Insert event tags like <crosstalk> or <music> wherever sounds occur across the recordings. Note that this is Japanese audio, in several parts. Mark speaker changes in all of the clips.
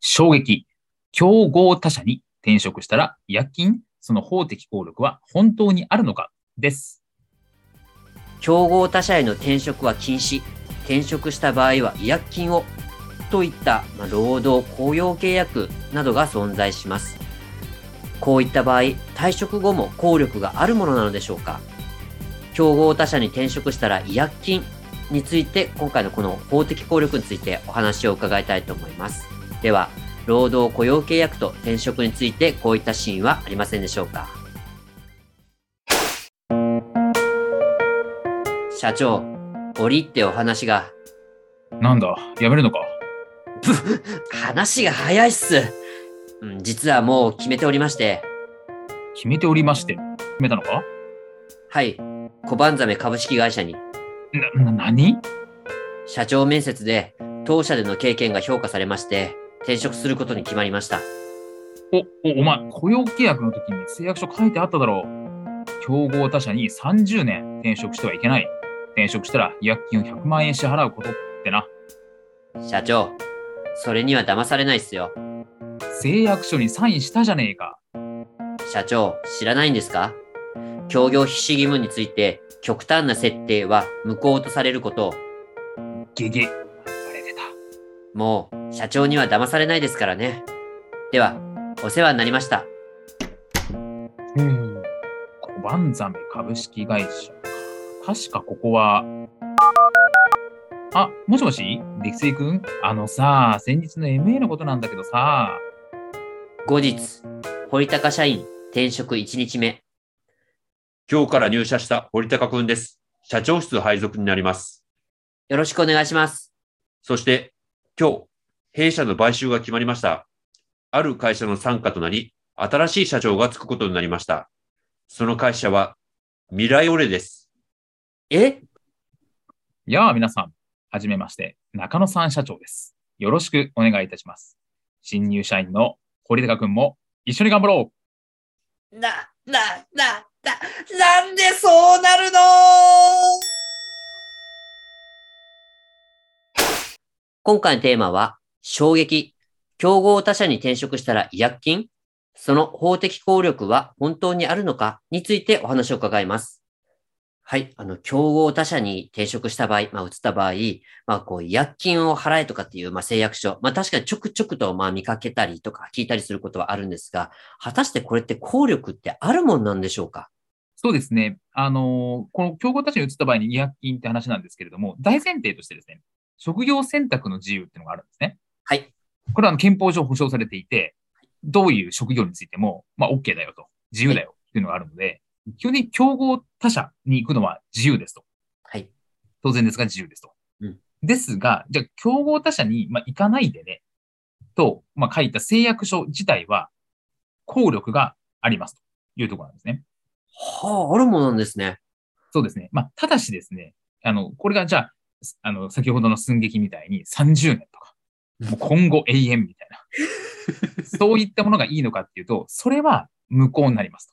Speaker 1: 衝撃競合他社に転職したら夜勤その法的効力は本当にあるのかです
Speaker 2: 競合他社への転職は禁止転職した場合は違約金をといった、まあ、労働雇用契約などが存在しますこういった場合退職後も効力があるものなのでしょうか競合他社に転職したら違約金について今回のこの法的効力についてお話を伺いたいと思いますでは労働雇用契約と転職についてこういったシーンはありませんでしょうか社長折ってお話が
Speaker 1: なんだやめるのか
Speaker 2: 話が早いっす。うん実はもう決めておりまして、
Speaker 1: 決めておりまして決めたのか
Speaker 2: はい、小判ザメ株式会社に
Speaker 1: な、な、何
Speaker 2: 社長面接で当社での経験が評価されまして、転職することに決まりました。
Speaker 1: お、お、お前、雇用契約の時に誓約書書いてあっただろう。競合他社に30年転職してはいけない。転職したら違約金を100万円支払うことってな。
Speaker 2: 社長、それには騙されないっすよ。
Speaker 1: 誓約書にサインしたじゃねえか。
Speaker 2: 社長、知らないんですか協業必至義務について極端な設定は無効とされることを、
Speaker 1: ゲゲ。あれ出た。
Speaker 2: もう社長には騙されないですからね。では、お世話になりました。
Speaker 1: うん。小判ザメ株式会社か。確かここは。あ、もしもし力水くんあのさ、先日の MA のことなんだけどさ。
Speaker 2: 後日、堀高社員転職1日目。
Speaker 3: 今日から入社した堀高くんです。社長室配属になります。
Speaker 2: よろしくお願いします。
Speaker 3: そして、今日、弊社の買収が決まりました。ある会社の傘下となり、新しい社長がつくことになりました。その会社は、未来オレです。
Speaker 2: え
Speaker 1: やあ、皆さん、はじめまして、中野さん社長です。よろしくお願いいたします。新入社員の堀高くんも一緒に頑張ろう
Speaker 2: な、な、な、な、なんでそうなるの今回のテーマは、衝撃。競合他社に転職したら違約金その法的効力は本当にあるのかについてお話を伺います。はい。あの、競合他社に転職した場合、まあ、移った場合、まあ、こう、違約金を払えとかっていう、まあ、誓約書。まあ、確かにちょくちょくと、まあ、見かけたりとか聞いたりすることはあるんですが、果たしてこれって効力ってあるもんなんでしょうか
Speaker 1: そうですね。あのーこの競合他社に移った場合に違約金って話なんですけれども、大前提としてですね、職業選択の自由っていうのがあるんですね。
Speaker 2: はい。
Speaker 1: これはあの憲法上保障されていて、どういう職業についても、まあ、OK だよと、自由だよっていうのがあるので、基本的に競合他社に行くのは自由ですと。
Speaker 2: はい。
Speaker 1: 当然ですが自由ですと。
Speaker 2: うん
Speaker 1: ですが、じゃあ、競合他社に、まあ、行かないでね、と、まあ、書いた誓約書自体は、効力がありますというところなんですね。
Speaker 2: はあ、あるものなんですね。
Speaker 1: そうですね。まあ、ただしですね、あの、これがじゃあ、すあの、先ほどの寸劇みたいに30年とか、もう今後永遠みたい
Speaker 2: <laughs>
Speaker 1: な、そういったものがいいのかっていうと、それは無効になります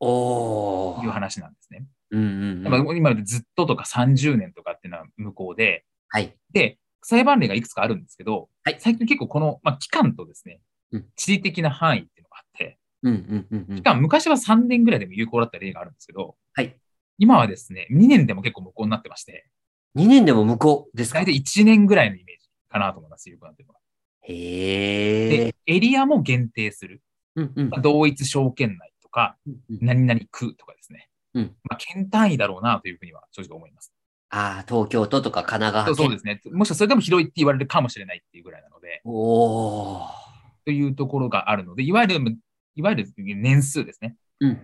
Speaker 2: お
Speaker 1: と
Speaker 2: ー
Speaker 1: いう話なんですね。
Speaker 2: うんうん、
Speaker 1: だ
Speaker 2: う
Speaker 1: から
Speaker 2: ん。
Speaker 1: 今までずっととか30年とかっていうのは無効で、
Speaker 2: はい。
Speaker 1: で、裁判例がいくつかあるんですけど、
Speaker 2: はい
Speaker 1: 最近結構この、まあ、期間とですね
Speaker 2: うん、
Speaker 1: 地理的な範囲っていうのがあって、
Speaker 2: うんうんうんうん
Speaker 1: 期。間、昔は3年ぐらいでも有効だった例があるんですけど、
Speaker 2: はい。
Speaker 1: 今はですね、2年でも結構無効になってまして、
Speaker 2: 2年でも無効ですか
Speaker 1: 大体1年ぐらいのイメージかなと思います、有効なんていうのは。
Speaker 2: へえ。
Speaker 1: で、エリアも限定する。
Speaker 2: うんうん
Speaker 1: まあ同一証券内とか、
Speaker 2: うんうん
Speaker 1: 何々区とかですね。
Speaker 2: うん
Speaker 1: まあ、県単位だろうなというふうには正直思います。
Speaker 2: ああ、東京都とか神奈川
Speaker 1: そう
Speaker 2: 県。
Speaker 1: そうですね。もしかそれでも広いって言われるかもしれないっていうぐらいなので、
Speaker 2: おー
Speaker 1: というところがあるので、いわゆる、いわゆる年数ですね。
Speaker 2: うん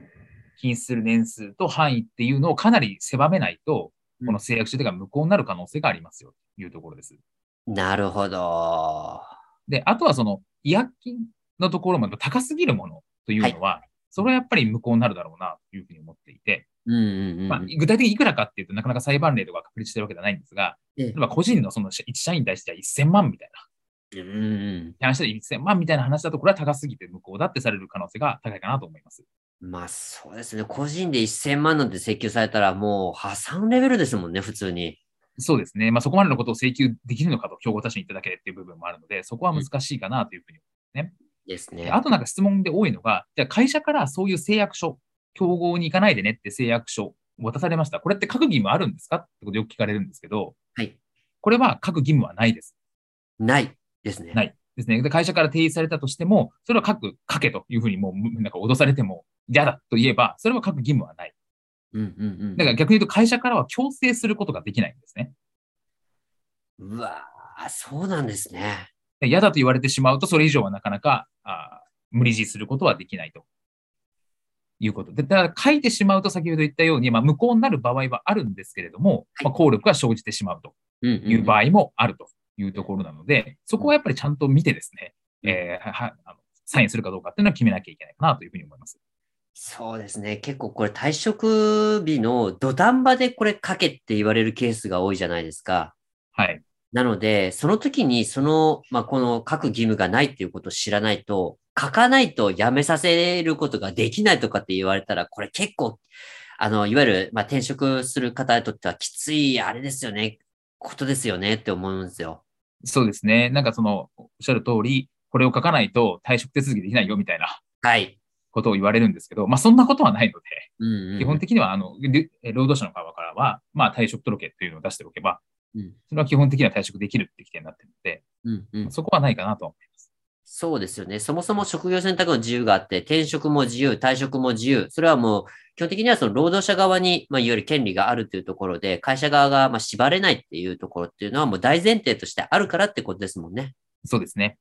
Speaker 1: 禁止する年数と範囲っていうのをかなり狭めないと、この誓約書というか無効になる可能性がありますよというところです。
Speaker 2: なるほど。
Speaker 1: で、あとはその、違約金のところも高すぎるものというのは、それはやっぱり無効になるだろうなというふうに思っていて、
Speaker 2: うんうんうん。
Speaker 1: まあ、具体的にいくらかっていうとなかなか裁判例とか確立してるわけじゃないんですが、
Speaker 2: ええ
Speaker 1: 例えば個人のその一社員に対しては1000万みたい
Speaker 2: うんうん
Speaker 1: な話で1000万みたいな話だとこれは高すぎて無効だってされる可能性が高いかなと思います。
Speaker 2: まあそうですね。個人で1000万なんて請求されたらもう破産レベルですもんね、普通に。
Speaker 1: そうですね。まあ、そこまでのことを請求できるのかと競合他社に言っただけっていう部分もあるので、そこは難しいかなというふうに
Speaker 2: です
Speaker 1: で
Speaker 2: ね。
Speaker 1: あとなんか質問で多いのが、じゃあ会社からそういう誓約書、競合に行かないでねって誓約書を渡されました。これって書く義務あるんですかってことよく聞かれるんですけど、
Speaker 2: はい。
Speaker 1: これは書く義務はないです。
Speaker 2: ないですね。
Speaker 1: ないですね。で会社から提示されたとしても、それは書く、書けというふうにもうむなんか脅されても嫌だと言えば、それは書く義務はない。
Speaker 2: うんうんうん。
Speaker 1: だから逆に言うと会社からは強制することができないんですね。
Speaker 2: うわぁ、そうなんですね。
Speaker 1: で嫌だと言われてしまうと、それ以上はなかなかあー無理強いすることはできないということで、ただ書いてしまうと、先ほど言ったように、まあ、無効になる場合はあるんですけれども、
Speaker 2: はい
Speaker 1: まあ、効力が生じてしまうと
Speaker 2: うんうん、
Speaker 1: いう場合もあるというところなので、そこはやっぱりちゃんと見てですね、
Speaker 2: うん
Speaker 1: えーははあのサインするかどうかっていうのは決めなきゃいけないかなというふうに思います。
Speaker 2: そうですね。結構これ退職日の土壇場でこれ書けって言われるケースが多いじゃないですか。
Speaker 1: はい。
Speaker 2: なので、その時にその、まあ、この書く義務がないっていうことを知らないと、書かないとやめさせることができないとかって言われたら、これ結構、あの、いわゆる、まあ、転職する方にとってはきつい、あれですよね、ことですよねって思うんですよ。
Speaker 1: そうですね。なんかその、おっしゃる通り、これを書かないと退職手続きできないよみたいな
Speaker 2: はい。
Speaker 1: ことを言われるんですけど、まあそんなことはないので、
Speaker 2: うん、うん。
Speaker 1: 基本的には、あの、りえ労働者の側からは、まあ、退職届というのを出しておけば、
Speaker 2: うん
Speaker 1: それは基本的には退職できるって規定になってるので、
Speaker 2: うん、うん。
Speaker 1: そこはないかなと思います。
Speaker 2: そうですよね。そもそも職業選択の自由があって、転職も自由、退職も自由。それはもう、基本的にはその労働者側に、まあ、いわゆる権利があるというところで、会社側がまあ縛れないっていうところっていうのはもう大前提としてあるからってことですもんね。
Speaker 1: そうですね。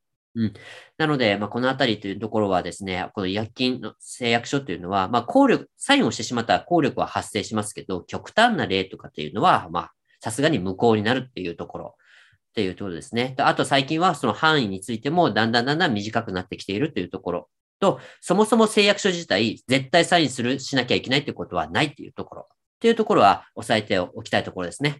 Speaker 2: なので、まあ、このあたりというところはですね、この違約金の誓約書というのは、まあ、効力、サインをしてしまったら効力は発生しますけど、極端な例とかっていうのは、まあ、さすがに無効になるっていうところっていうところですね。であと最近はその範囲についてもだんだんだんだん短くなってきているというところと、そもそも誓約書自体、絶対サインする、しなきゃいけないってことはないっていうところ。っていうところは押さえておきたいところですね。